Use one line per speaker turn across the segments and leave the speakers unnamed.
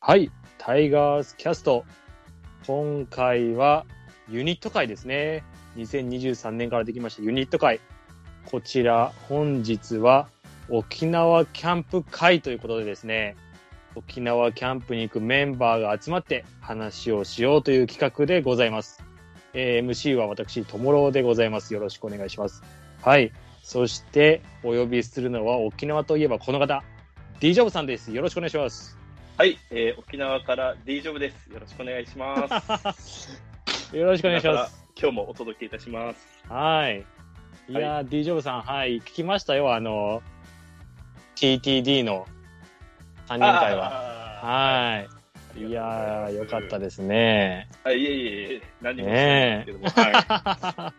はい、タイガースキャスト。今回はユニット会ですね。2023年からできましたユニット会。こちら、本日は沖縄キャンプ会ということでですね、沖縄キャンプに行くメンバーが集まって話をしようという企画でございます。えー MC は私、ともろうでございます。よろしくお願いします。はい。そして、お呼びするのは沖縄といえばこの方、D ジョブさんです。よろしくお願いします。
はい、えー、沖縄から D ジョブです。よろしくお願いします。よ
よ ろしくお願いします。。
今日もお届けいたします。
はい。いやー、D ジョブさん、はい、聞きましたよ、あの、TTD の3人会は。
は。
は
あ
い。
り
い
が
や
とう
ー、
ご
よ
ざ
か
います
ったですね。
はい、いえいえいえ、何もしてないですけども、は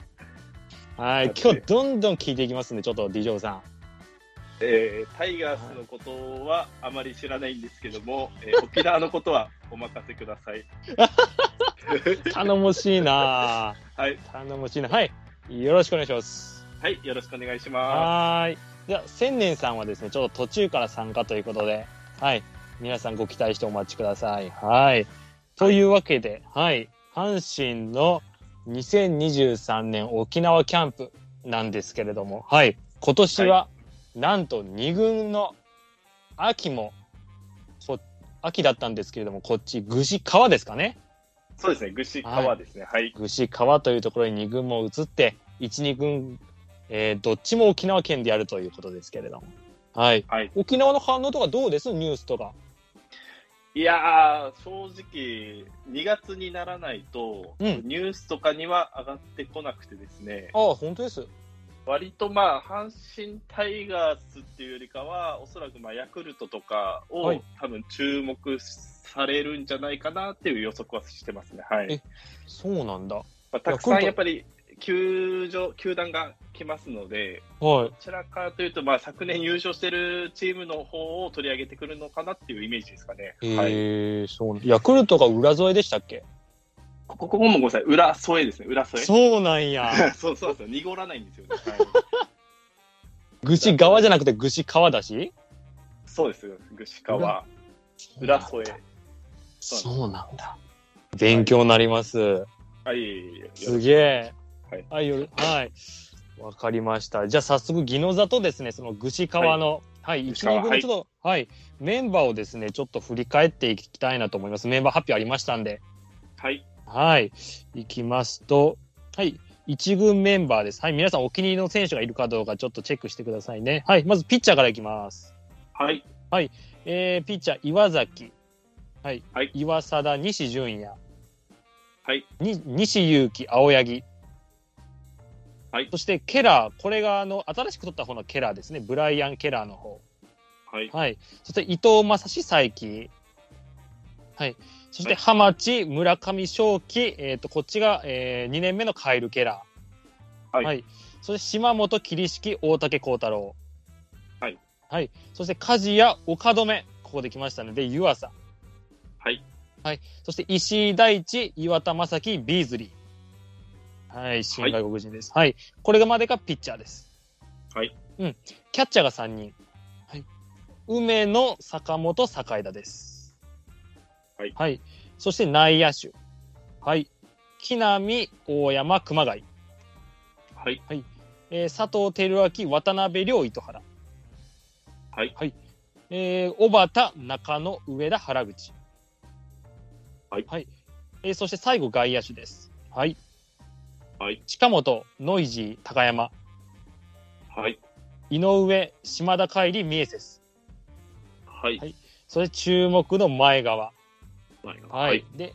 はい、今日どんどん聞いていきますんで、ちょっと D ジョブさん。
い、えータイガースのことはあまり知らないんですけども、え ー沖縄のことはお任せください。
頼もしいな
は
ー
い、
頼もしいなはい。よろしくお願いします。
はい、よろしくお願いしま
はーい。では、千年さんはですね、ちょっと途中から参加ということで、はい。皆さんご期待してお待ちください。はい。というわけで、はい。阪神の2023年沖縄キャンプなんですけれども、はい。今年は、なんと2軍の秋も、こ秋だったんですけれども、こっち、具志川ですかね。
す。そうですね、ぐし川ですね。はい、
具志川というところに2軍も移って1、2軍、えーどっちも沖縄県でやるということですけれども、はい、
はい。
沖縄の反応とかどうですニュースとか。
いやー、正直、2月にならないと、
うん
ニュースとかには上がってこなくてですね、
ああ、本当です。
割とまあ阪神タイガースっていうよりかは、おそらくまあヤクルトとかを、
はい
多分注目されるんじゃないかなっていう予測はしてますね。は
え
い
そうなんだ。
まあ、たく
ヤク
さ
ル
ん
ト
やっぱり球場球団が来ますので、
はい
ど。ちらかというと、まあ、昨年優勝してるチームの方を取り上げてくるのかなっていうイメージですかね。
え
はい、
ー、そうヤクルトが裏添えでしたっけ
ここここもごめんなさい、裏添えですね、裏添え。
そうなんや。
そうそうそう、濁らないんですよね。はい、
ぐし側じゃなくてぐし川だし。
そうです、ぐしかは裏添 え。
そうなんだ。勉強になります。
はい、いえいえいえ
すげえ。
は
はい、よろはい。わかりました。じゃあ早速、宜野座とですね、その具志川の、はい、
具
一
志川
年分のちょっと、はい、メンバーをですね、ちょっと振り返っていきたいなと思います。メンバー発表ありましたんで。
はい、
はい。いきますと、はい。一軍メンバーです。はい。皆さんお気に入りの選手がいるかどうかちょっとチェックしてくださいね。はい。まずピッチャーからいきます。
はい。
えー、ピッチャー岩崎。はい。
はい
岩貞、西純也。
はい。
に西勇輝、青柳。
はい
そしてケラー。これがあの、新しく取った方のケラーですね。ブライアン・ケラーの方。
はい。
はい。そして伊藤正史佐伯。はい。そして浜地、村上正輝、えっ、と、こっちが、え2年目のカイル・ケラー。
はい
そして島本、桐敷、大竹幸太郎。
はい。
はい。そして梶谷、岡留。ここで来ましたので、湯浅。
はい。
そして石井大地、岩田正樹、ビーズリー。はい、新外国人です。はい。これがまでがピッチャーです。
はい。
うん。キャッチャーが3人。はい。梅野、坂本、坂井田です。
はい
はい。そして内野手。はい。木浪、大山、熊谷。
はい。
えー佐藤輝明、渡辺亮、糸原。
はい。
えー、小畑、中野、上田、原口。
はい
えーそして最後、外野手です。はい。
はい。
近本、ノイジー、高山、
はい。
井上、島田海里、ミエセス。
はい。
はいそして注目の前川。
はい。
で、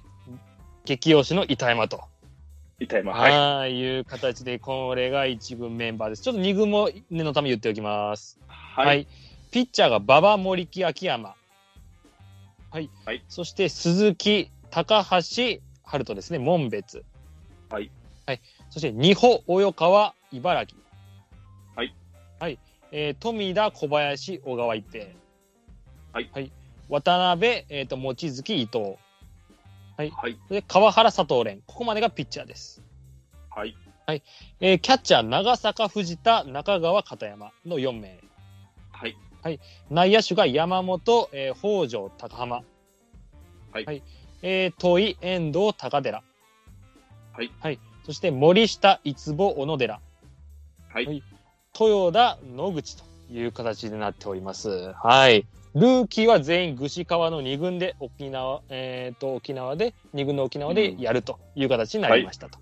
激推しの板山と。
痛いま。はい。
はい。いう形で、これが一軍メンバーです。ちょっと二軍も念のため言っておきます。は、
はいい。
ピッチャーが馬場、森木、秋山、はい
はい
そして鈴木、高橋、春人ですね、門別、
はい
はい、そして二保、及川、茨城、
はい
はいえー富田、小林、小川一平、
はい
渡辺、えー、と望月、伊藤
はい。
で、川原、佐藤蓮、ここまでがピッチャーです。
はい。
えーキャッチャー、長坂、藤田、中川、片山の4名。
はい。
内野手が山本、えー北条、高浜。
はい
はいえー、問い遠藤高寺
はい
そして森下いつぼ小野寺
はい
はい豊田野口という形になっておりますはいルーキーは全員具志川の2軍で沖縄えっ、と沖縄で2軍の沖縄でやるという形になりましたと、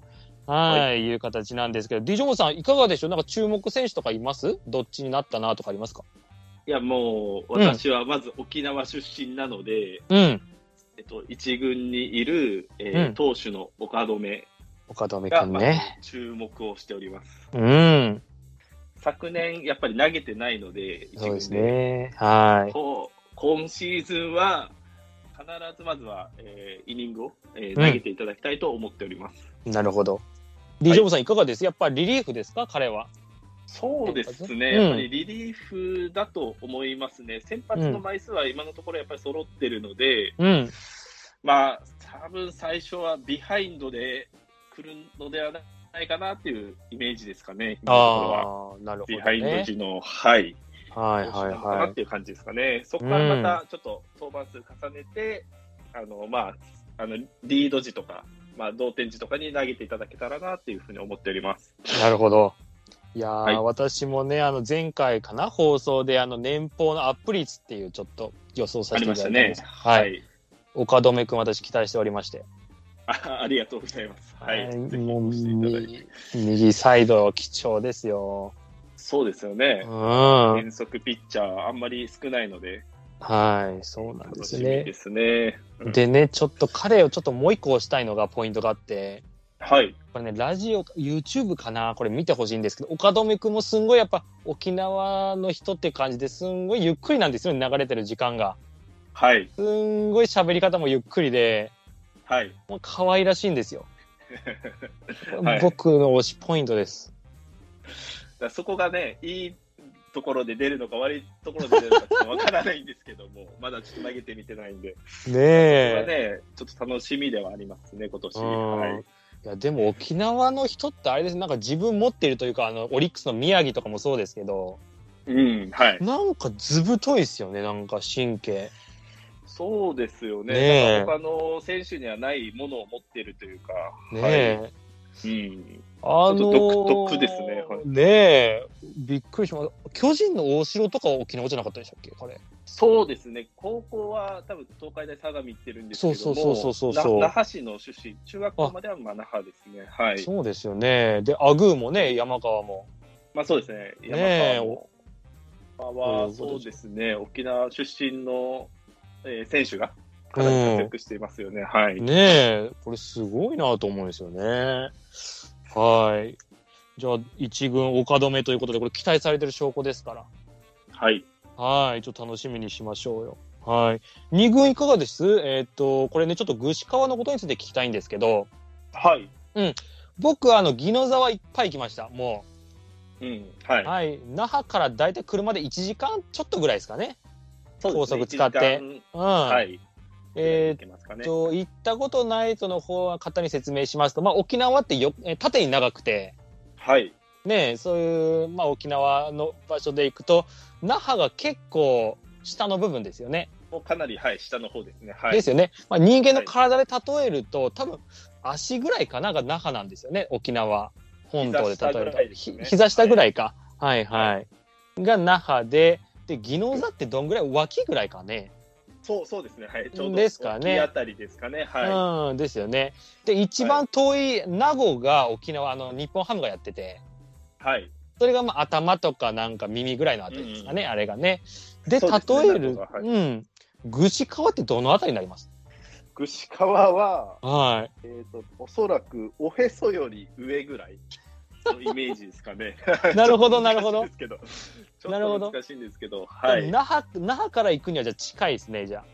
はい、い、う形なんですけど、ディジョンさん、いかがでしょうなんか注目選手とかいますどっちになったなとかありますか
いやもう私はまず沖縄出身なので、
うん。
えっと、一軍にいる、えー
うん
投手の岡留
岡留
が、
君
ま
ね。
あ、注目をしております。
うん。
昨年やっぱり投げてないので、一
そう
軍
ですね。はい。
こう今シーズンは必ずまずは、えーイニングを、えー
うん
投げていただきたいと思っております。
なるほど。ディジョブさん、いかがですやっぱりリリーフですか彼は。
そうですね、
うん
やっぱりリリーフだと思いますね、先発の枚数は今のところやっぱり揃ってるので、
うん。
まあ多分最初はビハインドで来るのではないかなっていうイメージですかね、今のところは。
ああ、なるほ
ビ
ど、
ハインド
ね。
時の、は
は
い、
い
どうしよ
は
う
い
かな
は
っ
い。
ていう感じですかね、そこからまたちょっと登板数重ねて、あのまあ、あのリード時とか、まあ、同点時とかに投げていただけたらなっていうふうに思っております。
なるほど。いやー、
はい
私もね、あの前回かな、放送であの年俸のアップ率っていうちょっと予想さ
あ
せ
り
ていた
ま
だいたん
したね
で。す。はい、
はい、
岡留君、私期待しておりまして。
あありがとうございます。はい、ぜひ
もう
押していただいて
右右サイド貴重ですよ。
そうですよ
う
ね。
ん。
変則ピッチャーあんまり少ないので、
はい、そうなんで
楽
す
しみ
ね。
ですね。うん
でね、ちょっと彼をちょっともう一個押したいのがポイントがあって、
はい、
これね、ラジオ、YouTube かなこれ見てほしいんですけど、岡留くんもすんごいやっぱ沖縄の人って感じですんごいゆっくりなんですよね、流れてる時間が。
はい、
すんごい喋り方もゆっくりで、
はい。
もう可愛らしいんですよ。
はい
僕の推しポイントです。
だからそこがね、いいところで出るのか、悪いところで出るのかちょっとわからないんですけども、 まだちょっと投げてみてないんで、
ね
それは
え。
ね、ちょっと楽しみではありますね、今年。
うん
はい、
いやでも沖縄の人ってあれですなんか自分持ってるというかあのオリックスの宮城とかもそうですけど
うん、はい。
なんかずぶといですよねなんか神経
そうですよね。
ねえ
なんか他の選手にはないものを持ってるというか、
ねえ、
うん、
あ
ち
の
ょっ
ー
と独特ですねはい
ねえ、びっくりしました。巨人の大城とかは沖縄じゃなかったでしたっけ、彼。
そうですね、高校は多分東海大相模行ってるんですけども、
そうそうそうそうそう
な那覇市の出身、中学校まではまあ那覇ですね、はい、
そうですよね。で、アグーもね、山川も。
まあそうですね、
ね
山
え
川もまあは、
うん
そうですね、沖縄出身の、えー選手が
う
かなり
ん、
活躍していますよね、はい、
ねえ、これすごいなと思うんですよね。はい。じゃあ、一軍岡留ということで、これ期待されてる証拠ですから。
はい、
はい、ちょっと楽しみにしましょうよ。はい。二軍いかがですえーっと、これね、ちょっと具志川のことについて聞きたいんですけど、
はい、
僕、あの、宜野沢いっぱい行きました、もう。
うん、はい、
はい、那覇からだいたい車で1時間ちょっとぐらいですかね。
そうですね
高速使って
一時
うん。
間はい、
え
行
ー
けますかね
っと、行ったことない人の方は方に説明しますと、まあ、沖縄ってよ、えー縦に長くて、
はい、
ねえ、そういう、まあ、沖縄の場所で行くと、那覇が結構下の部分ですよね。
もうかなり、はい、下の方ですね、はい、
ですよね。まあ、人間の体で例えると、多分、足ぐらいかなが那覇なんですよね、沖縄本島で例えると。
膝下ぐらいですね
ひ膝下ぐらいか。はい、はい、が那覇で、で、宜野座ってどんぐらい脇ぐらいかね。
そう、そうですね、はい、ちょうど
ですかね
沖あたりですかね、はい。
うん、ですよね。で、一番遠い名護が沖縄、あの、日本ハムがやってて、
はい。
それがまあ頭とかなんか耳ぐらいのあたりですかね、あれがね。で、
そうですね
例える、
名護がはい
うん、具志川ってどのあたりになります
串川は、
は。
えー、とおそらくおへそより上ぐらいのイメージですかね
なるほどなるほど
ちょっと難しいですけど。
な
な
る
る
ほど
ほど。難しいんですけど、
い。
はい。
那覇、那覇から行くにはじゃあ近いですね、じゃ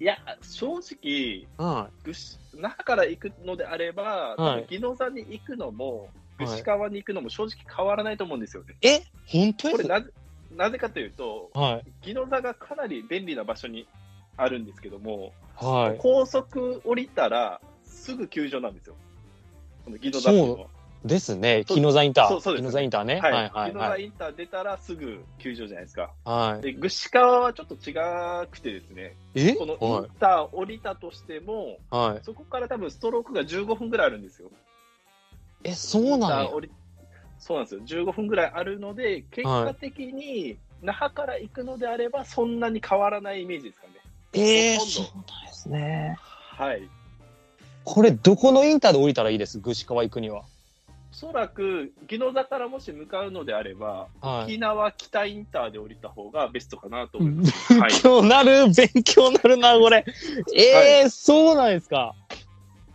いや、正直、
あ。は
ぐし那覇から行くのであれば、
はい
宜野座に行くのも、
はい
串川に行くのも正直変わらないと思うんですよね。
い。え本当
こ
で
れ
す
なぜ、なぜかというと、
はい。
宜野座がかなり便利な場所にあるんですけども、
はい。
高速降りたら、すぐ球場なんですよ。この宜野座っていうのは。
ですね。
そう
木の座インタ
そうそう
ー。
です
木の座インターね。は
はいい。
はい
木の
は
座
い。
インター出たらすぐ球場じゃないですか。
はい。
で、具志川はちょっと違くてですね、
え
このイ
は
ンター降りたとしても、
い。はい。
そこから多分ストロークが15分ぐらいあるんですよ。
え、そうなん
イン
や
ター。降りそうなんですよ。15分ぐらいあるので、結果的に那覇から行くのであれば、そんなに変わらないイメージですかね。
えー、
ほとんど
そうなんですね。
はい。
これ、どこのインターで降りたらいいです具志川行くには。
おそらく、宜野座からもし向かうのであれば、
はい。
沖縄北インターで降りた方がベストかなと思います。
勉
はい
強なる、勉強なるな、これ。えー、そうなんですか。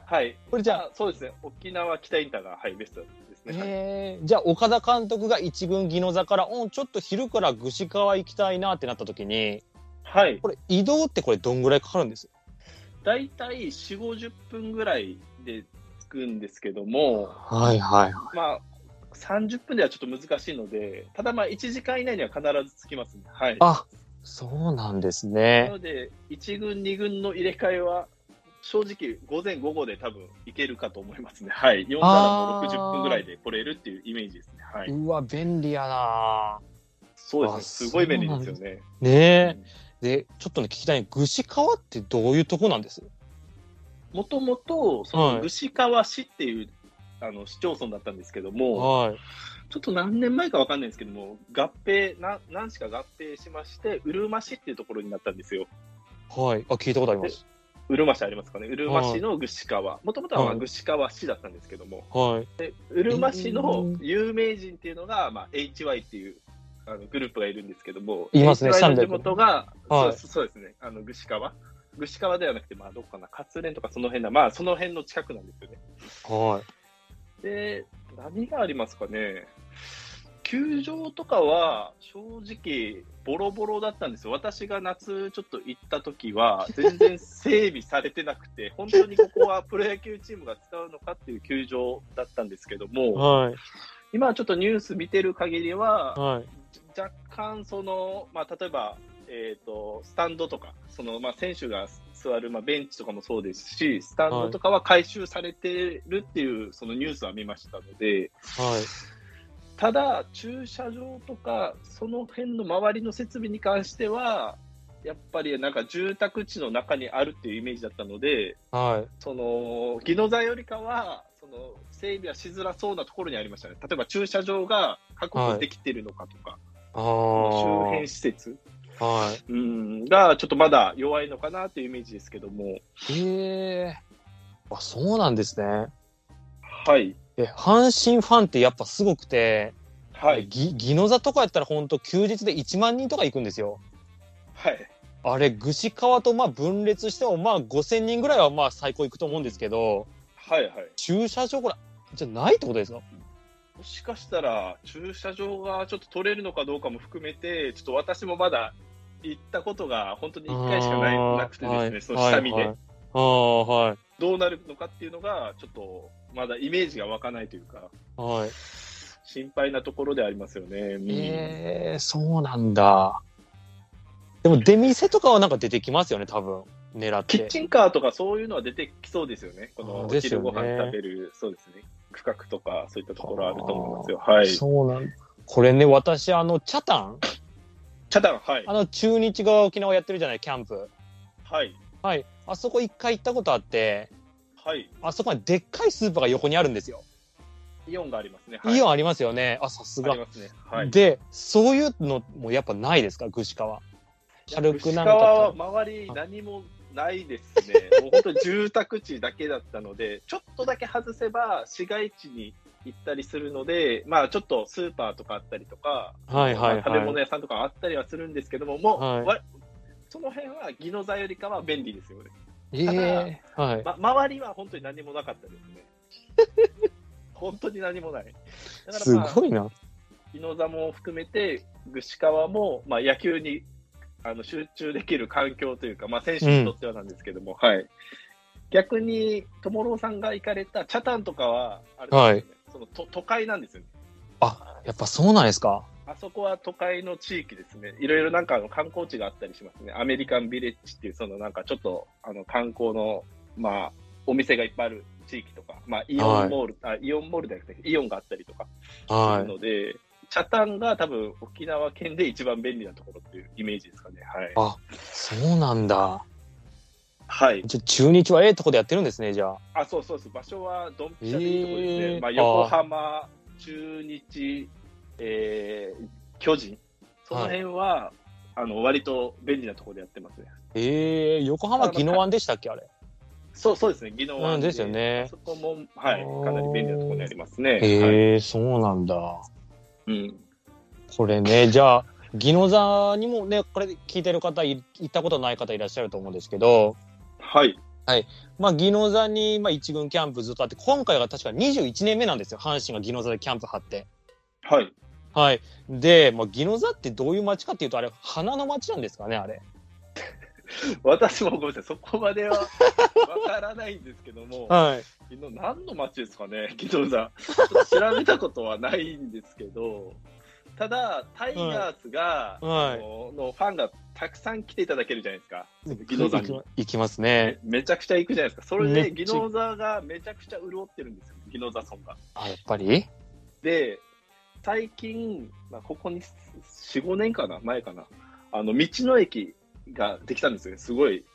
はい。
これじゃあ、
あそうですね。沖縄北インターが、はい、ベストですね。はい
えー、じゃあ岡田監督が一軍宜野座から、うん、ちょっと昼から具志川行きたいなってなった時に
はい。
これ移動ってこれどんぐらいかかるんです
大体4、50分ぐらいで着くんですけども、
はいはい
まあ、30分ではちょっと難しいので、ただまあ、1時間以内には必ず着きますね。はい。
あそうなんです
な
ね
ので、1軍、2軍の入れ替えは、正直、午前、午後で多分いけるかと思いますね。はい。4からも
あー
60分ぐらいで来れるっていうイメージですね。はい。
うわ便利やな
そうですね。
あ
すごい便利ですよね。
ねえでちょっとね聞きたい具志川ってどういうとこなんです
もともと、そ
は
の、
い
具志川市っていう、あの、市町村だったんですけども、
はい
ちょっと何年前かわかんないんですけども、合併、な何市か合併しまして、うるま市っていうところになったんですよ。
はいあ聞いたことあります
うるま市ありますかね。うるま市の具志川。もともとはまあ
はい
具志川市だったんですけども、
はいう
るま市の有名人っていうのが、まあ、HY っていうあのグループがいるんですけども、
いますね
HY の
300
地元が、
はい
そうそうですね、あの具志川。具志川ではなくて、まあ、どこかな、勝連とかその辺だ、まあ、その辺の近くなんですよね。
は
で、何がありますかね。球場とかは正直ボロボロだったんですよ。私が夏ちょっと行った時は全然整備されてなくて、本当にここはプロ野球チームが使うのかっていう球場だったんですけど
い
も、
はい
今ちょっとニュース見てる限りは、
はい
若干その、まあ、例えば、えー、とスタンドとかその、まあ、選手が座る、まあ、ベンチとかもそうですしスタンドとかは回収されてるっていうそのニュースは見ましたので
はい
ただ、駐車場とかその辺の周りの設備に関してはやっぱりなんか住宅地の中にあるっていうイメージだったので
はい
その宜野座よりかはその整備はしづらそうなところにありましたね。例えば駐車場が確保できてるのかとか、
あ
周
あ
辺施設
はい
うんがちょっとまだ弱いのかなというイメージですけども、
えー、あそうなんですね
はい、
え阪神ファンってやっぱすごくて、
はい、
ぎ宜野座とかやったら本当休日で1万人とか行くんですよ。
はい、
あれ具志川とまあ分裂してもまあ5,000人ぐらいはまあ最高行くと思うんですけど
はい、はい。
駐車場これじゃないってことですか
もしかしたら駐車場がちょっと取れるのかどうかも含めて、ちょっと私もまだ行ったことが本当に1回しかない
あー
なくてですね、
はい
その下見で、
はいはいああはい
どうなるのかっていうのが、ちょっとまだイメージが湧かないというか、
はい。
心配なところでありますよね。うん
えー、そうなんだ。でも出店とかはなんか出てきますよね多分狙っ
キッ
て。
チンカーとかそういうのは出てきそうですよね。この
あー
お
ですよ
昼
ね
ご飯食べる、そうですね。区画とかそういったところあると思いますよ。はい。チ
そうなんこれね私あの北谷
ャダン、はい
あ。の中日が沖縄やってるじゃないキャンプ。
はい。
はい。あそこ一回行ったことあって、
はい。
あそこにでっかいスーパーが横にあるんですよ。
イオンがありますね。
イオ
ン
ンありますよね。あ、さす
あ
が
り。ますね。はい。
で、そういうのもやっぱないですか、具志川。軽くなんか
いや牛川は周り何もないですね。もう本当に住宅地だけだった ので、ちょっとだけ外せば市街地に行ったりするので、まあちょっとスーパーとかあったりとか、
はいはい
まあ食べ
は
物
い。
屋さんとかあったりはするんですけども、もう、
はい
わその辺は宜野座よりかは便利ですよね。
ええはい。
ま、周りは本当に何もなかったですね。 本当に何もない。だから、
す
まあ、
ごいな。
宜野座も含めて、具志川も、まあ、野球にあの集中できる環境というか、まあ、選手にとってはなんですけども、はい。逆に、友郎さんが行かれた北谷とかは、あれなんですよね、そのと都会なんですよね。
やっぱそうなんですか。
あそこは都会の地域ですね。いろいろなんかあの観光地があったりしますね。アメリカンビレッジっていう、そのなんかちょっとあの観光の、まあ、お店がいっぱいある地域とか、まあ、イオンモール、あイオンモールじゃなくて、イオンがあったりとかする
はい。
ので、北谷が多分沖縄県で一番便利なところっていうイメージですかね。はい。
あ、そうなんだ。
はい。
じゃあ中日はええとこでやってるんですね、じゃあ。
あ、そうそうです。場所はドンピシャでいいところですね。
えー
まあ、横浜、中日、えー、巨人、その辺は、あの割と便利なところでやってますね。
ええ横浜宜野湾でしたっけ、あれ。
そうそうですね、技能
う
は、
んですよね。
そこも、はい
あー、
かなり便利なところにありますね。はい
ええそうなんだ。
うん、
これね、じゃあ、宜野座にもね、これ聞いてる方い、行ったことない方いらっしゃると思うんですけど、
はい、
まあ、宜野座に、まあ、一軍キャンプずっとあって、今回が確か21年目なんですよ、阪神が宜野座でキャンプ張って。
はい。
はい。で、まあ、宜野座ってどういう街かっていうと、あれ、花の街なんですかね、あれ。
私もごめんなさい、そこまではわからないんですけ ども、
はい。
昨日何の町ですかね、 木戸さん。ちょっと調べたことはないんですけど、ただ、タイガースが、
はい
あののファンがたくさん来ていただけるじゃないですか、宜野座に。
行きますね。
めちゃくちゃ行くじゃないですか、それで
めっ
宜
ちゃ
野座がめちゃくちゃ潤ってるんですよ、宜野座村が。
あ、やっぱり
で、最近、まあ、ここに4、5年かな、前かな、あの道の駅ができたんですよね、すごい、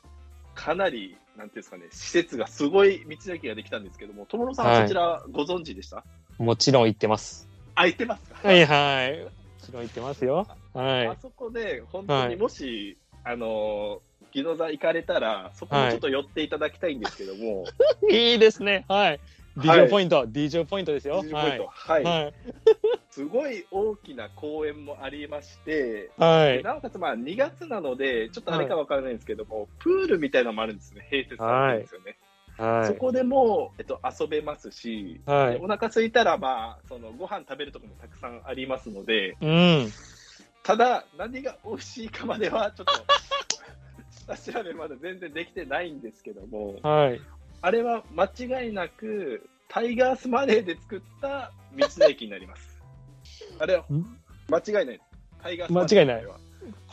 かなり、なんていうんですかね、施設がすごい道の駅ができたんですけども、友野さん、
はい
そちらご存知でした
もちろん行ってます。
空いてますか、
はいはい。もちろん行ってますよ。はい
あ。そこで、本当
は
に
い
もし、あのー、宜野座行かれたら、そこもちょっと寄っていただきたいんですけども、
いいですね。はい。
はい
DJ ポイント、DJ ポイントですよ。
20ポ
は
イント
い。
はい
はい。
すごい大きな公園もありまして、
は
で
い。
なおかつまあ2月なので、ちょっとあれかわからないんですけども、プールみたいなのもあるんですね、併設されてるんですよね。
は
そこでも、えっと、遊べますし、
い。は
で
い。
お腹空いたら、まあ、そのご飯食べるとこもたくさんありますので、
うん。
ただ、何が美味しいかまでは、ちょっと下調べまだ全然できてないんですけども、
はい。
あれは間違いなく、タイガースマネーで作った道の駅になります。あれは間違いないです。タイガースマネー
間違いない
あれは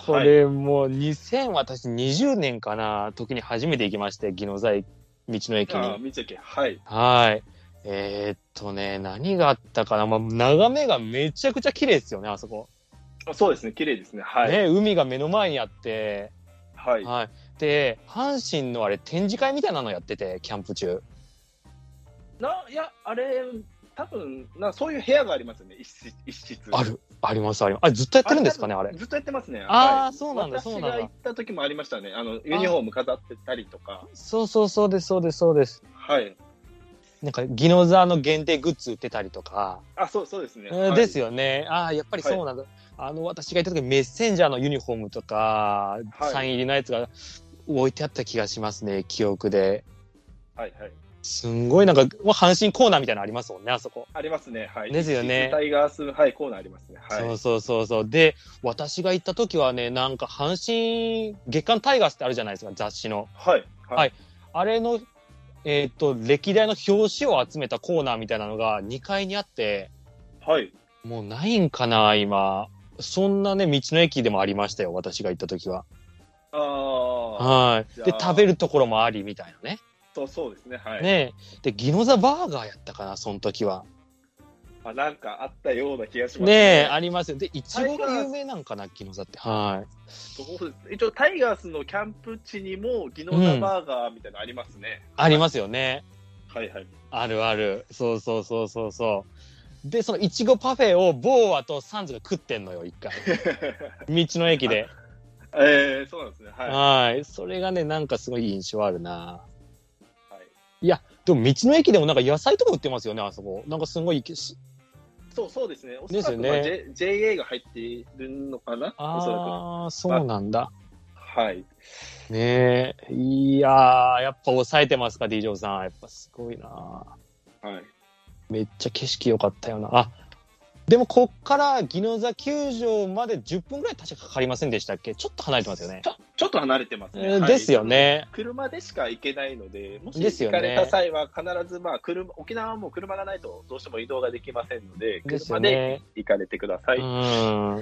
これもう2000、私20年かな、時に初めて行きまして、宜野座道の駅
ああ、
に。
道の駅、はい。
はい。えーっとね、何があったかな。まあ、眺めがめちゃくちゃ綺麗ですよね、あそこ。
あそうですね、綺麗ですね。はい。
ね、海が目の前にあって。
はい。
はい。で、阪神のあれ展示会みたいなのやってて、キャンプ中。
な、いや、あれ、多分なそういう部屋がありますよね、一室。一室
ある。あります、あります。あれずっとやってるんですかね、あれ。
ずっとやってますね。
あー
はい
そうなんだそうなんだ
私が行った時もありましたね。あの、ユニフォーム飾ってたりとか。
そうそうそうです、そうです、そうです。
はい。
なんか、ギノザの限定グッズ売ってたりとか。
あ、そう、そうですね。
うんです
よ。
よね。ああ、やっぱりそうなんだ。あの、私が行った時、メッセンジャーのユニフォームとか、
はい
サイン入りのやつが置いてあった気がしますね、記憶で。
はい、はい。
すんごいなんか、もう阪神コーナーみたいなのありますもんね、あそこ。
ありますね。はい。
ですよね
一室タイガース、はい、コーナーありますね。はい。
そうそうそうそう。で、私が行った時はね、なんか阪神、月刊タイガースってあるじゃないですか、雑誌の。
はい。
はいあれの、えーっと、歴代の表紙を集めたコーナーみたいなのが2階にあって、
はい。
もうないんかな、今。そんなね、道の駅でもありましたよ、私が行った時は。
ああ。
はい。で
じゃ、あ
食べるところもあり、みたいなね。
そう、そうですね。はい。
ねえで、ギノザバーガーやったかな、その時は。
あ、なんかあったような気がします
ねえ、ありますよ。で、イチゴが有名なんかな、ギノザって。はい。
そうです一応、タイガースのキャンプ地にも、技能座バーガーみたいなのありますね。
ありますよね。
はいはい。
あるある。そうそうそうそうそう。で、そのイチゴパフェを、ボーアとサンズが食ってんのよ、一回。道の駅で。
えー、そうなんですね。はい。は
はい。それがね、なんかすごい印象あるな。
い、
でも、道の駅でもなんか野菜とか売ってますよね、あそこ。なんかすごい、し
そうそうですね。おそ
で
ら
すよ
く、
ね
まあ J JA が入ってるのかなおそら
ああ、そうなんだ。
く。はい。
ねえ。いやー、やっぱ抑えてますか、D ・ジョーさん。やっぱすごいな。
はい。
めっちゃ景色良かったよな。あでも、こっから宜野座球場まで10分ぐらい確かかかりませんでしたっけちょっと離れてますよね
ち。ょちょっと離れてますね。
えー
はい
ですよ。ね。
車でしか行けないので、もし
ですよ
行
ね
かれた際は必ず、まあ、車、沖縄はもう車がないとどうしても移動ができませんので、
ですよ
車で
ね。
行かれてください。
うん。
は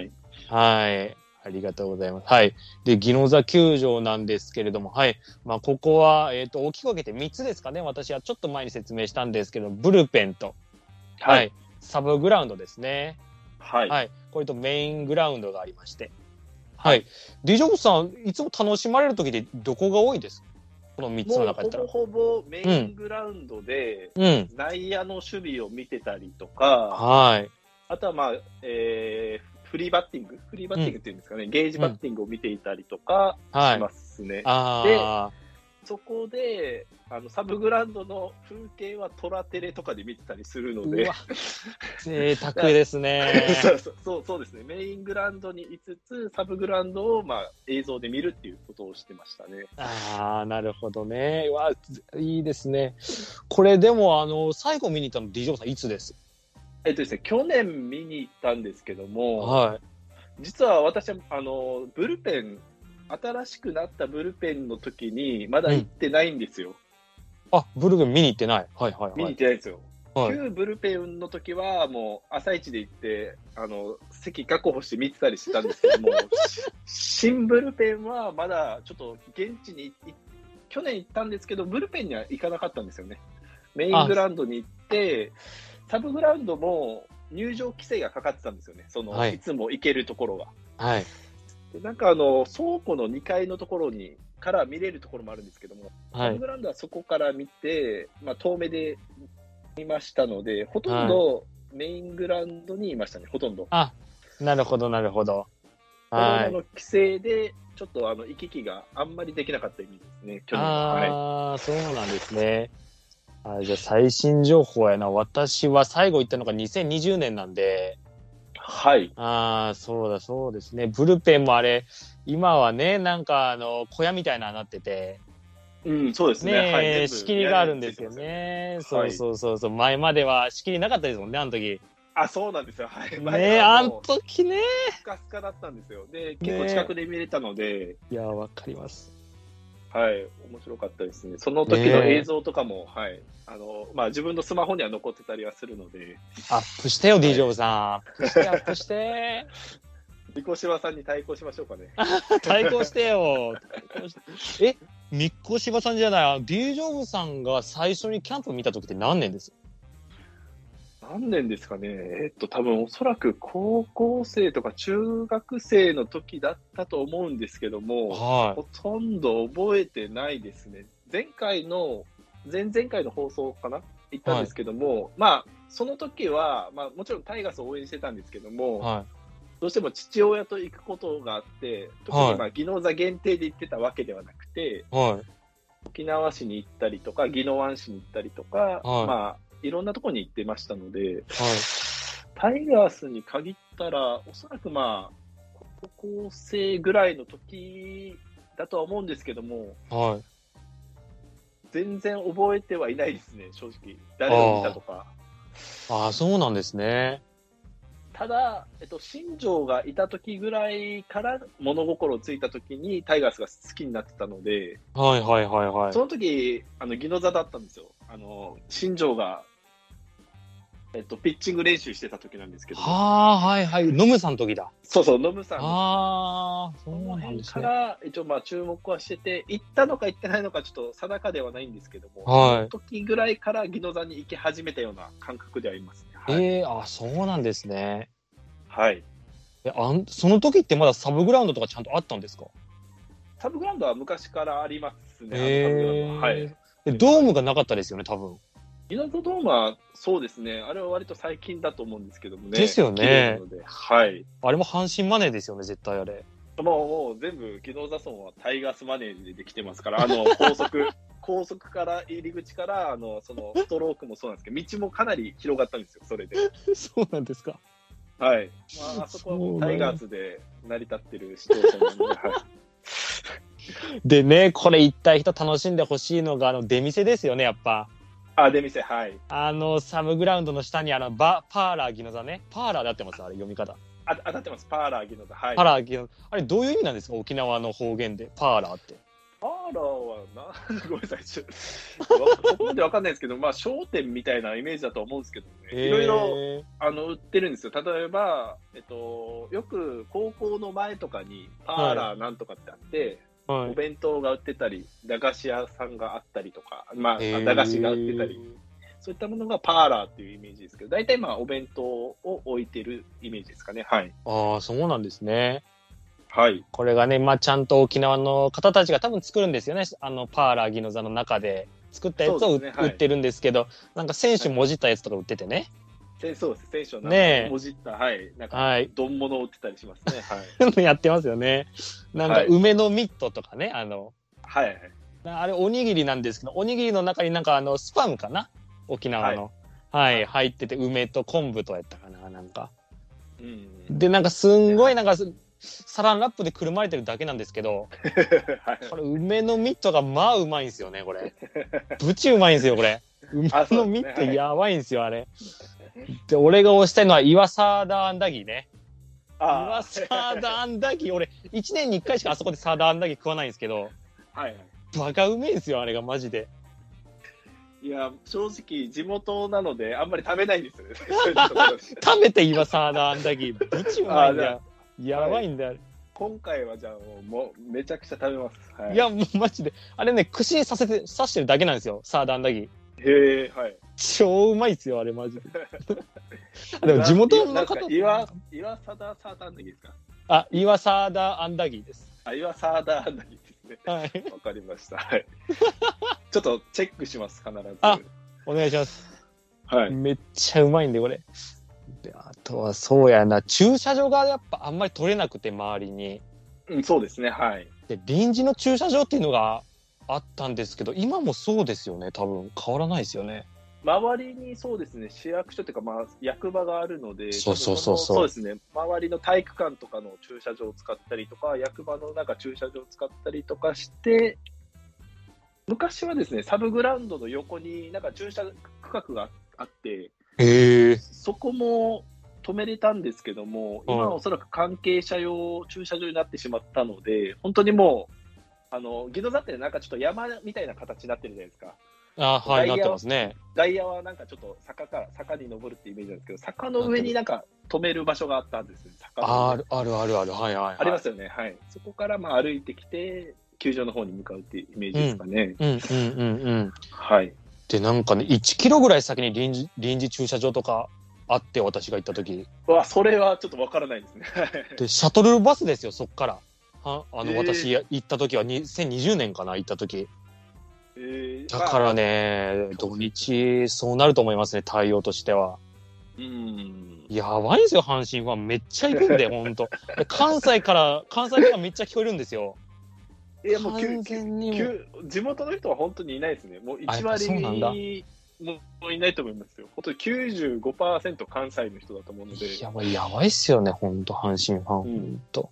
い。
はい。ありがとうございます。はい。で、ギノザ球場なんですけれども、はい。まあ、ここは、えっ、と、大きく分けて3つですかね。私はちょっと前に説明したんですけど、ブルペンと、はい、
はい。
サブグラウンドですね。
はい。
はい。これとメイングラウンドがありまして。はい。ディジョブさん、いつも楽しまれる時でどこが多いですかこの3つの
もう
中や
ほ
ったら
ぼ。ほぼメイングラウンドで、
うん。
内野の守備を見てたりとか、
はい。
あとは、まあえーフリーバッティング、フリーバッティングっていうんですかね、ゲージバッティングを見ていたりとか
は
し
い。
ますね。
あ
そこであのサブグラウンドの風景はトラテレとかで見てたりする
あ。
の
う
で。
わ。贅沢ですね
そうそうそうそうですね、メイングラウンドにいつつ、サブグラウンドを、まあ、映像で見るっていうことをしてましたね。
ああ、なるほどね。うわ、いいですね。これでも、あの、最後見に行ったの、ディジョブさん、いつです
えっとですね、去年見に行ったんですけども、
は
実は私はあのブルペン、新しくなったブルペンの時に、まだ行ってないんですよ、
い。あ、ブルペン見に行ってない。はいはい
見
は
に行っ
い。
てないんですよ。
はい、
旧ブルペンの時は、もう朝一で行って、あの席確保して見てたりしてたんですけ ども、し新ブルペンはまだちょっと現地にい去年行ったんですけど、ブルペンには行かなかったんですよね。メイングラウンドに行って、サブグラウンドも入場規制がかかってたんですよね、その、
はい
い、つも行けるところは。
はい。
でなんかあの倉庫の2階のところにから見れるところもあるんですけども、
は
サブ
い。
グラウンドはそこから見て、まあ、遠目で見ましたので、ほとんどメイングラウンドにいましたね、ほとんど。
あ、なるほど、なるほど。
コロナ
はい。
の規制で、ちょっとあの行き来があんまりできなかった意味ですね、去年は。はい
ああ、そうなんですね。あじゃあ、最新情報やな。私は最後行ったのが2020年なんで、
はい、
ああ、そうだ、そうですね。ブルペンもあれ、今はね、なんか、あの、小屋みたいなのになってて、
うん、そうですね、
ね
はい
え、
全部
仕切りがあるんですよね。そうそうそうそう、前までは仕切りなかったですもんね、あの時。
あ、そうなんですよ、はい。
ね
前
え、
は
あ
も
の
う
時ね。
スカスカだったんですよ。で、
え
結構近くで見れたので、
いや、わかります。
はい、面白かったですね。その時の映像とかも、はい、あの、まあ、自分のスマホには残ってたりはするので、
アップしてよ、D ジョブさん。アップして、アップして。
三越和さんに対抗しましょうかね。
対抗してよ。対抗してえ、三越柴さんじゃないあの、D ジョブさんが最初にキャンプ見た時って何年です
何年ですかね、えっと、多分おそらく高校生とか中学生の時だったと思うんですけども、
は
ほとんど覚えてないですね。前回の、前々回の放送かな行ったんですけども、まあ、その時は、まあ、もちろんタイガースを応援してたんですけど
い。
も、
は
どうしても父親と行くことがあって、特
は
に
い
まあ技能座限定で行ってたわけではなくて、
い。はい。
沖縄市に行ったりとか、宜野湾市に行ったりとか、
はい
まあ、いろんなところに行ってましたので、
はい。
タイガースに限ったら、おそらくまあ、高校生ぐらいの時だとは思うんですけども、
はい。
全然覚えてはいないですね、正直。誰を見たとか。
ああ、そうなんですね。
ただ、えっと、新庄がいた時ぐらいから物心ついた時にタイガースが好きになってたので、
はいはいはいはい
そ。の時、あの、ギノ座だったんですよ。あの、新庄が、えっと、ピッチング練習してた時なんですけども、
はあ、はいはい。ノムさんの時だ。
そうそう、ノムさんの
ああ、そ
こ
う
の
なん
辺
です
か
ね。
ら、一応まあ注目はしてて、行ったのか行ってないのか、ちょっと定かではないんですけども、
はい
その時ぐらいから宜野座に行き始めたような感覚でありますね。はい。
ええあ、そうなんですね。
はい、
え、あん、その時ってまだサブグラウンドとかちゃんとあったんですか。
サブグラウンドは昔からありますね、あのサブグラウ
え
ンド
え
は。はい。
でドームがなかったですよね、多分。
宜野座ドームはそうですね、あれは割と最近だと思うんですけどもね。
ですよね
綺麗なのではい。
あれも阪神マネーですよね、絶対あれ。
もうもう全部、宜野座村はタイガースマネージでできてますから、あの高速、 高速から入り口から、あのそのストロークもそうなんですけど、道もかなり広がったんですよ、 それで。
そうなんですか。
はい。まあ、あそこはもうタイガースで成り立ってる市町村なん で、はい
でね、これ行った人楽しんでほしいのが、あの出店ですよね、やっぱ。
あ、出店、はい。
あのサブグラウンドの下にあのバパーラーギノザね。パーラーで合ってます、あれ読み方。
あ、当たってます。パーラーギノザ、はい。
パーラーギノザ。あれどういう意味なんですか、沖縄の方言でパーラーって。
パーらはな、ごめんなさ い、ちょっとここまでわかんないですけど、まあ、商店みたいなイメージだと思うんですけどね、いろいろ
え
あの売ってるんですよ、例えば、えっと、よく高校の前とかに、パーラーなんとかってあって、
ーは
お
い
弁当が売ってたり、駄菓子屋さんがあったりとか、まあ、
えー
駄菓子が売ってたり、そういったものがパーラーっていうイメージですけど、大体まあ、お弁当を置いてるイメージですかね、はい。
ああ、そうなんですね。
はい、
これがね、まあ、ちゃんと沖縄の方たちが多分作るんですよね。あの、パーラーギノザの中で作ったやつ
そ
を
う
売,、
ですねはい
ってるんですけど、なんか選手もじったやつとか売っててね。
せそうです、聖書の
ねえ
もじった、はい、なんか、
はい。
丼物を売ってたりしますね、はい。
やってますよね。なんか
はい
梅のミットとかね、あの、
はいはい。
なあれおにぎりなんですけど、おにぎりの中になんかあの、スパムかな沖縄の。はい、入ってて、梅と昆布とやったかな、なんか。
うん。
で、なんかすんごいなんかす、サランラップでくるまれてるだけなんですけど、
はい
これ梅のミットがまあうまいんですよね、これ。ぶちうまいんですよ、これ。梅
あそ
の
うで
ミ
すね
ットやばいんですよ、あれ。で、俺が推したいのは岩沢ダアンダギーね。岩
あ
沢ダアンダギー、俺、1年に1回しかあそこでサーダアンダギー食わないんですけど、
あ、はいはい。
バカうめえんですよ、あれがマジで。
いや、正直、地元なので、あんまり食べないんです よね。
食べて今サーダーアンダギーぶちうまいんだよやばいんだよ、、
今回はじゃあもう、もうめちゃくちゃ食べます。はいい、
やもうマジであれね串にさせて刺してるだけなんですよサーダーアンダギー
へえ、はい。
超うまいっすよあれマ ジででも地元の方
岩、岩サダサーダンダギーですか
あ岩サーダーアンダギーです
あ、岩サーダーダギーですね。
はい
わかりまし た。はい。ちょっとチェックします、必ず。
あお願いします、
はい。
めっちゃうまいんでこれであとはそうやな駐車場がやっぱあんまり取れなくて周りに
うん、そうですね、はい。
で臨時の駐車場っていうのがあったんですけど今もそうですよね多分変わらないですよね
周りにそうですね、市役所というか、まあ、役場があるので、
そうそうそうそう
多分そのそうですね、周りの体育館とかの駐車場を使ったりとか、役場のなんか駐車場を使ったりとかして、昔はですね、サブグラウンドの横になんか駐車区画があって、
へえ
そこも止めれたんですけども、
うん
今はおそらく関係者用駐車場になってしまったので、本当にもう、あの、ギド座ってなんかちょっと山みたいな形になってるじゃないですか。
あはいなっ
ダイヤを
てますね
ダイヤはなんかちょっと坂から坂に登るってイメージなんですけど、坂の上になんか止める場所があったんですね、坂の上
あるあるあるあるはいはい、はい、
ありますよね、はい、そこからまあ歩いてきて、球場の方に向かうっていうイメージですかね。
うんうんうんうん
はい、
でなんかね1キロぐらい先に臨時臨時駐車場とかあって私が行った時
うわそれはちょっとわからないですね。
でシャトルバスですよそっからはあの、
へえ
私や行った時はに2020年かな行った時
えー
だから、ね
あ
土日そうなると思いますね対応としては
まあうん、
やばいですよ阪神ファンめっちゃ行く んでほんとで関西から関西からめっちゃ聞こえるんですよ
いやもう
完
球球
全にもう
地元の人は本当にいないですね、もう
あやっ
1
ぱ
割
そうなんだ
もいないと思いますよ、本当に95%関西の人だと思うので、
いや、もうやばいっすよね、ほんと、阪神ファン、
うん
ほんと。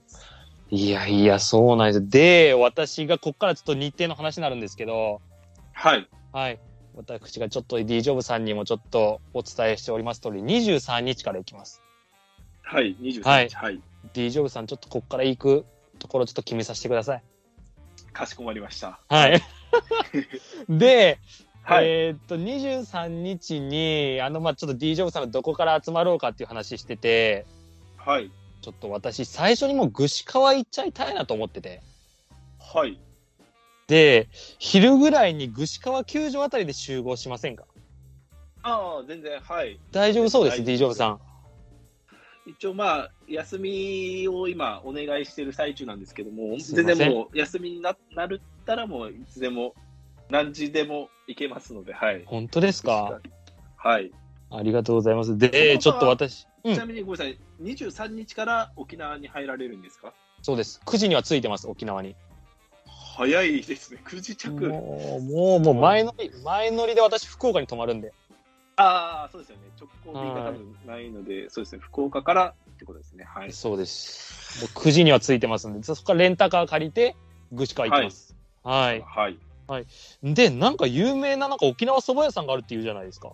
いやいや、そうなんですよ。で、私がこっからちょっと日程の話になるんですけど、
はい、
はい。私がちょっと D ジョブさんにもちょっとお伝えしております通り、23日から行きます。
はい、23日、
はい
はい、
D ジョブさん、ちょっとこっから行くところちょっと決めさせてください。
かしこまりました。
はい。 で、
はい
えーっと、23日に、あの、まあ、ちょっと D ジョブさんがどこから集まろうかっていう話してて、
はい。
ちょっと私、最初にもう具志川行っちゃいたいなと思ってて。
はい。
で、昼ぐらいに具志川球場あたりで集合しませんか
ああ、全然、はい。
大丈夫そうです、
はい
D ジョブさん。
一応、まあ、休みを今、お願いしてる最中なんですけども、
すい
全
ません
然もう、休みにななるったら、もう、いつでも、何時でも行けますので、はい。
本当ですか
はい。
ありがとうございます。で、ちょっと私、う、
ちなんみに、ごめんなさい、23日から沖縄に入られるんですか
そうです。9時には着いてます、沖縄に。
早いですね、9時着。
もう、もう、もう前乗り、前乗りで私、福岡に泊まるんで。
ああ、そうですよね。直行便が
は
多
い
分ないので、そうですね、福岡からってことですね。はい。
そうです。もう9時には着いてますんで、そこからレンタカー借りて、具志川行きます。はい。
はい。
で、なんか有名な、なんか沖縄そば屋さんがあるっていうじゃないですか。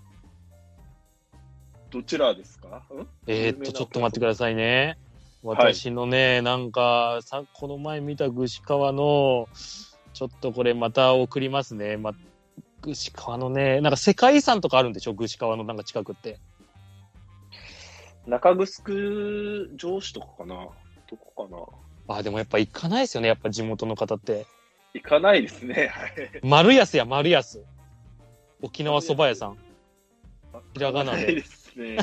どちらですかん
えーっと、ちょっと待ってくださいね。
はい
私のね、なんか、さ、この前見た具志川の、ちょっとこれまた送りますね。ま、具志川のね、なんか世界遺産とかあるんでしょ具志川のなんか近くって。
中城城市とかかなどこかな
あ、でもやっぱ行かないですよね。やっぱ地元の方って。
行かないですね。 はい。
丸安や丸安。沖縄そば屋さん。ひらがな
行
で
かないですね。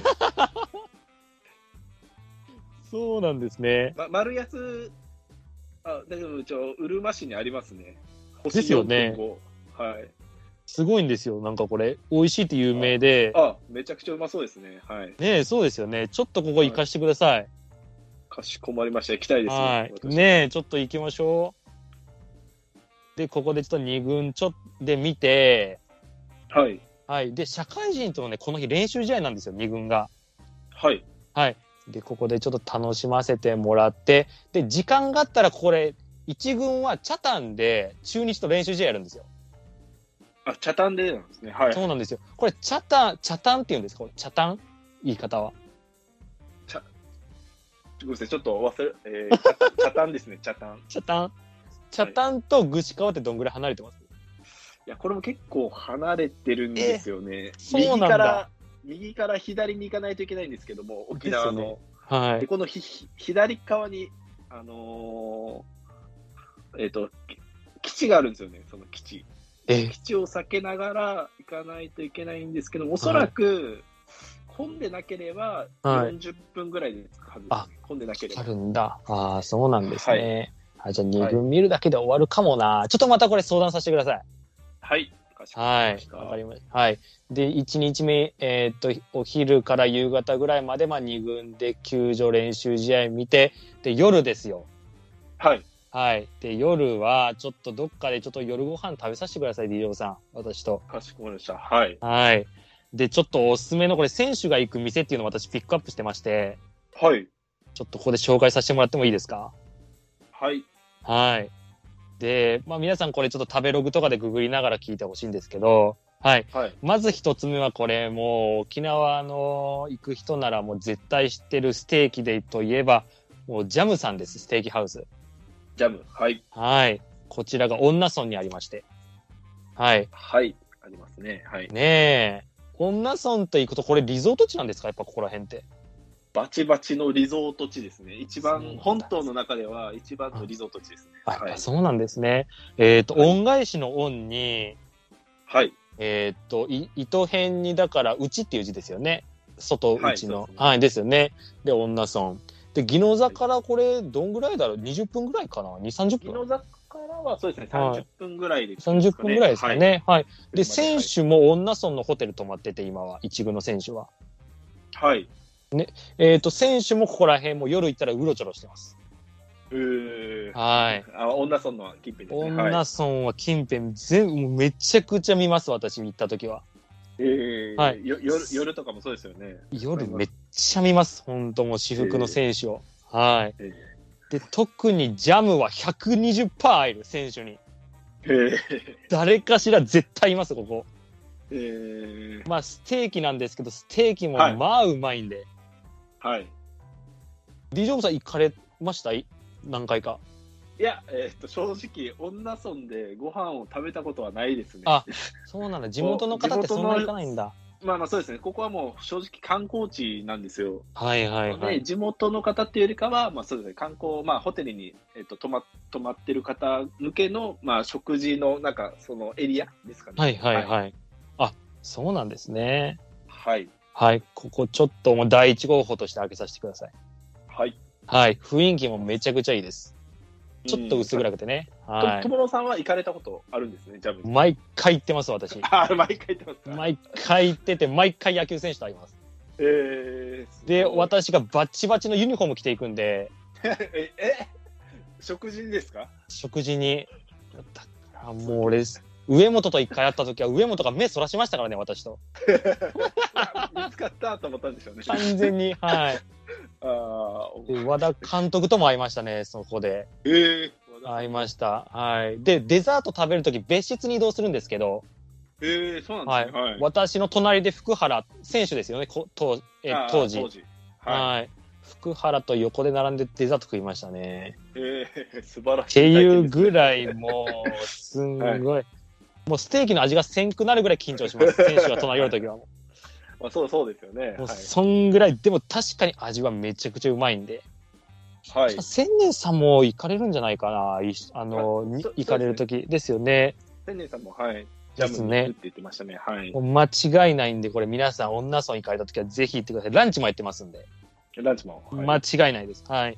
そうなんですね。
ま、丸安、あ、大丈夫、ちょ、うるま市にありますね。
ですよね
星4.5。はい。
すごいんですよ。なんかこれ、美味しいって有名で。
あ、めちゃくちゃうまそうですね。はい。
ねえ、そうですよね。ちょっとここ行かしてください。
かしこまりました。行きたいです
はい。
私
ねえ、ちょっと行きましょう。で、ここでちょっと2軍ちょっで見て、
はい。
はい。で、社会人とのね、この日練習試合なんですよ、2軍が。
はい。
はい。で、ここでちょっと楽しませてもらって、で、時間があったら、これ、1軍はチャタンで中日と練習試合やるんですよ。
あ、チャタンでなんですね。はい。
そうなんですよ。これ、チャタン、チャタンって言うんですかこれチャタン言い方は。
ごめんなさい。ちょっと忘れ、え ー、チャタンチャタンですね。チャタン。
チャタンチャタンと具志川ってどんぐらい離れてます
いや、これも結構離れてるんですよね。
そうなんだ
右から、右から左に行かないといけないんですけども、沖縄
で
の。
すよは
で、
い。
このひひ左側に、あのーえっ、と、き基地があるんですよね、その基地。
え、
基地を避けながら行かないといけないんですけど、おそらく、混んでなければ
はい
40分ぐらいで着くはずです、ね
あ
混んでなければ
あ。るんだ。ああ、そうなんですね。はい、じゃあ2軍見るだけで終わるかもな、ちょっとまたこれ相談させてください。
はい。かしこま
は
りま
い
し。た
わかりました。はい。で、1日目、えーっと、お昼から夕方ぐらいまで、まあ2軍で球場練習試合見て、で、夜ですよ。
はい。
はい。で、夜は、ちょっとどっかでちょっと夜ご飯食べさせてください、DJ さん。私と。
かしこまりました。はい。
はい。で、ちょっとおすすめの、これ選手が行く店っていうのを私ピックアップしてまして、
はい。
ちょっとここで紹介させてもらってもいいですか
はい。
はい。で、まあ皆さんこれちょっと食べログとかでググりながら聞いてほしいんですけど、はい。
はい。
まず一つ目はこれもう沖縄の行く人ならもう絶対知ってるステーキでといえば、もうジャムさんです、ステーキハウス。
ジャム。はい。
はい。こちらが女村にありまして。はい。
はい。ありますね。はい。
ねえ。女村と行くとこれリゾート地なんですかやっぱここら辺って。
バチバチのリゾート地ですね。一
そうなん
番、
だ
本島の中では一番のリゾート地ですね。
あ、やっぱ
はい。
そうなんですね。えっ、と、
はい
恩返しの恩に、
はい。
えっ、と、い糸編にだから、うちっていう字ですよね。外、
はいう
ちの。は
そう
い
で、すね
ですよね。で、女村。で、宜野座からこれ、どんぐらいだろう ?20 分ぐらいかな ?2、30
木
分
の座からはそうですね、
はい
30分ぐらいで、
?30 分ぐらいですかね。はい。
はい。
で、選手も女村のホテル泊まってて、今は、一軍の選手は。
はい。
えっ、と、選手もここら辺も夜行ったらうろちょろしてます。
うー
はい。
あ、女村の近辺です
女
ね。はい。
村は近辺、全部、もうめちゃくちゃ見ます、私行った時は。
えー
はい
よ夜夜とかもそうですよね。
夜めっちゃ見ます、本当もう私服の選手を。はい。
え
で、特にジャムは120%入る、選手に。
ーえ
誰かしら絶対います、ここ。
ーえー
まあ、ステーキなんですけど、ステーキも
はい
まあうまいんで。
はい。
ディジョブさん行かれましたい何回か。
いや、えーっと、正直、女村でご飯を食べたことはないですね。
あそうなんだ、地元の方ってそんな行かないんだ。
まあまあそうですね、ここはもう正直観光地なんですよ。
はいはいは
で
い。
地元の方っていうよりかは、まあそうですね、観光、まあ、ホテルに、えっと泊ま泊まってる方向けの、まあ、食事のなんかそのエリアですかね。
はいはい
はい。
はい。あ、そうなんですね。
はい
はい、ここちょっともう第一候補として挙げさせてください。
はい
はい、雰囲気もめちゃくちゃいいです。ちょっと薄
い。
暗くてね。
と
はい。
友野さんは行かれたことあるんですね、ジャムに。
毎回行ってます、私。
あー毎回行ってますか。
毎回行ってて、毎回野球選手と会います。
えー、
で、
すごい。
私がバッチバチのユニフォーム着ていくんで、
え、え食事ですか
食事に。だからもう俺、上本と一回会った時は、上本が目そらしましたからね、私と。
あ見つかったと思ったんでしょうね。
完全に。はい。
あ
で
ー
和田監督とも会いましたね、そこで。
えー、
会いました。はい。で、デザート食べる時別室に移動するんですけど、
えー、そうなんですね。はい。
私の隣で福原選手ですよね、こ当え
あー
当時。
時。
はい、福原と横で並んでデザート食いましたね。
ええ素晴らしい。
っていうぐらい、もう、すんごい,、もうステーキの味がせんくなるぐらい緊張します。選手が隣寄るときはも
まあ、そうそうですよね。
う。もう
はい
そんぐらい、でも確かに味はめちゃくちゃうまいんで。
はい。
千年さんも行かれるんじゃないかな、いしあの、
あ
に
そ
行かれるときですよね。
千年さんも、はい。ジ
で
ャム
す
に行く
ね
って。言ってましたね。はい
も。う間違いないんで、これ皆さん、女村行かれたときはぜひ行ってください。ランチもやってますんで。
ランチも。はい
間違いないです。はい。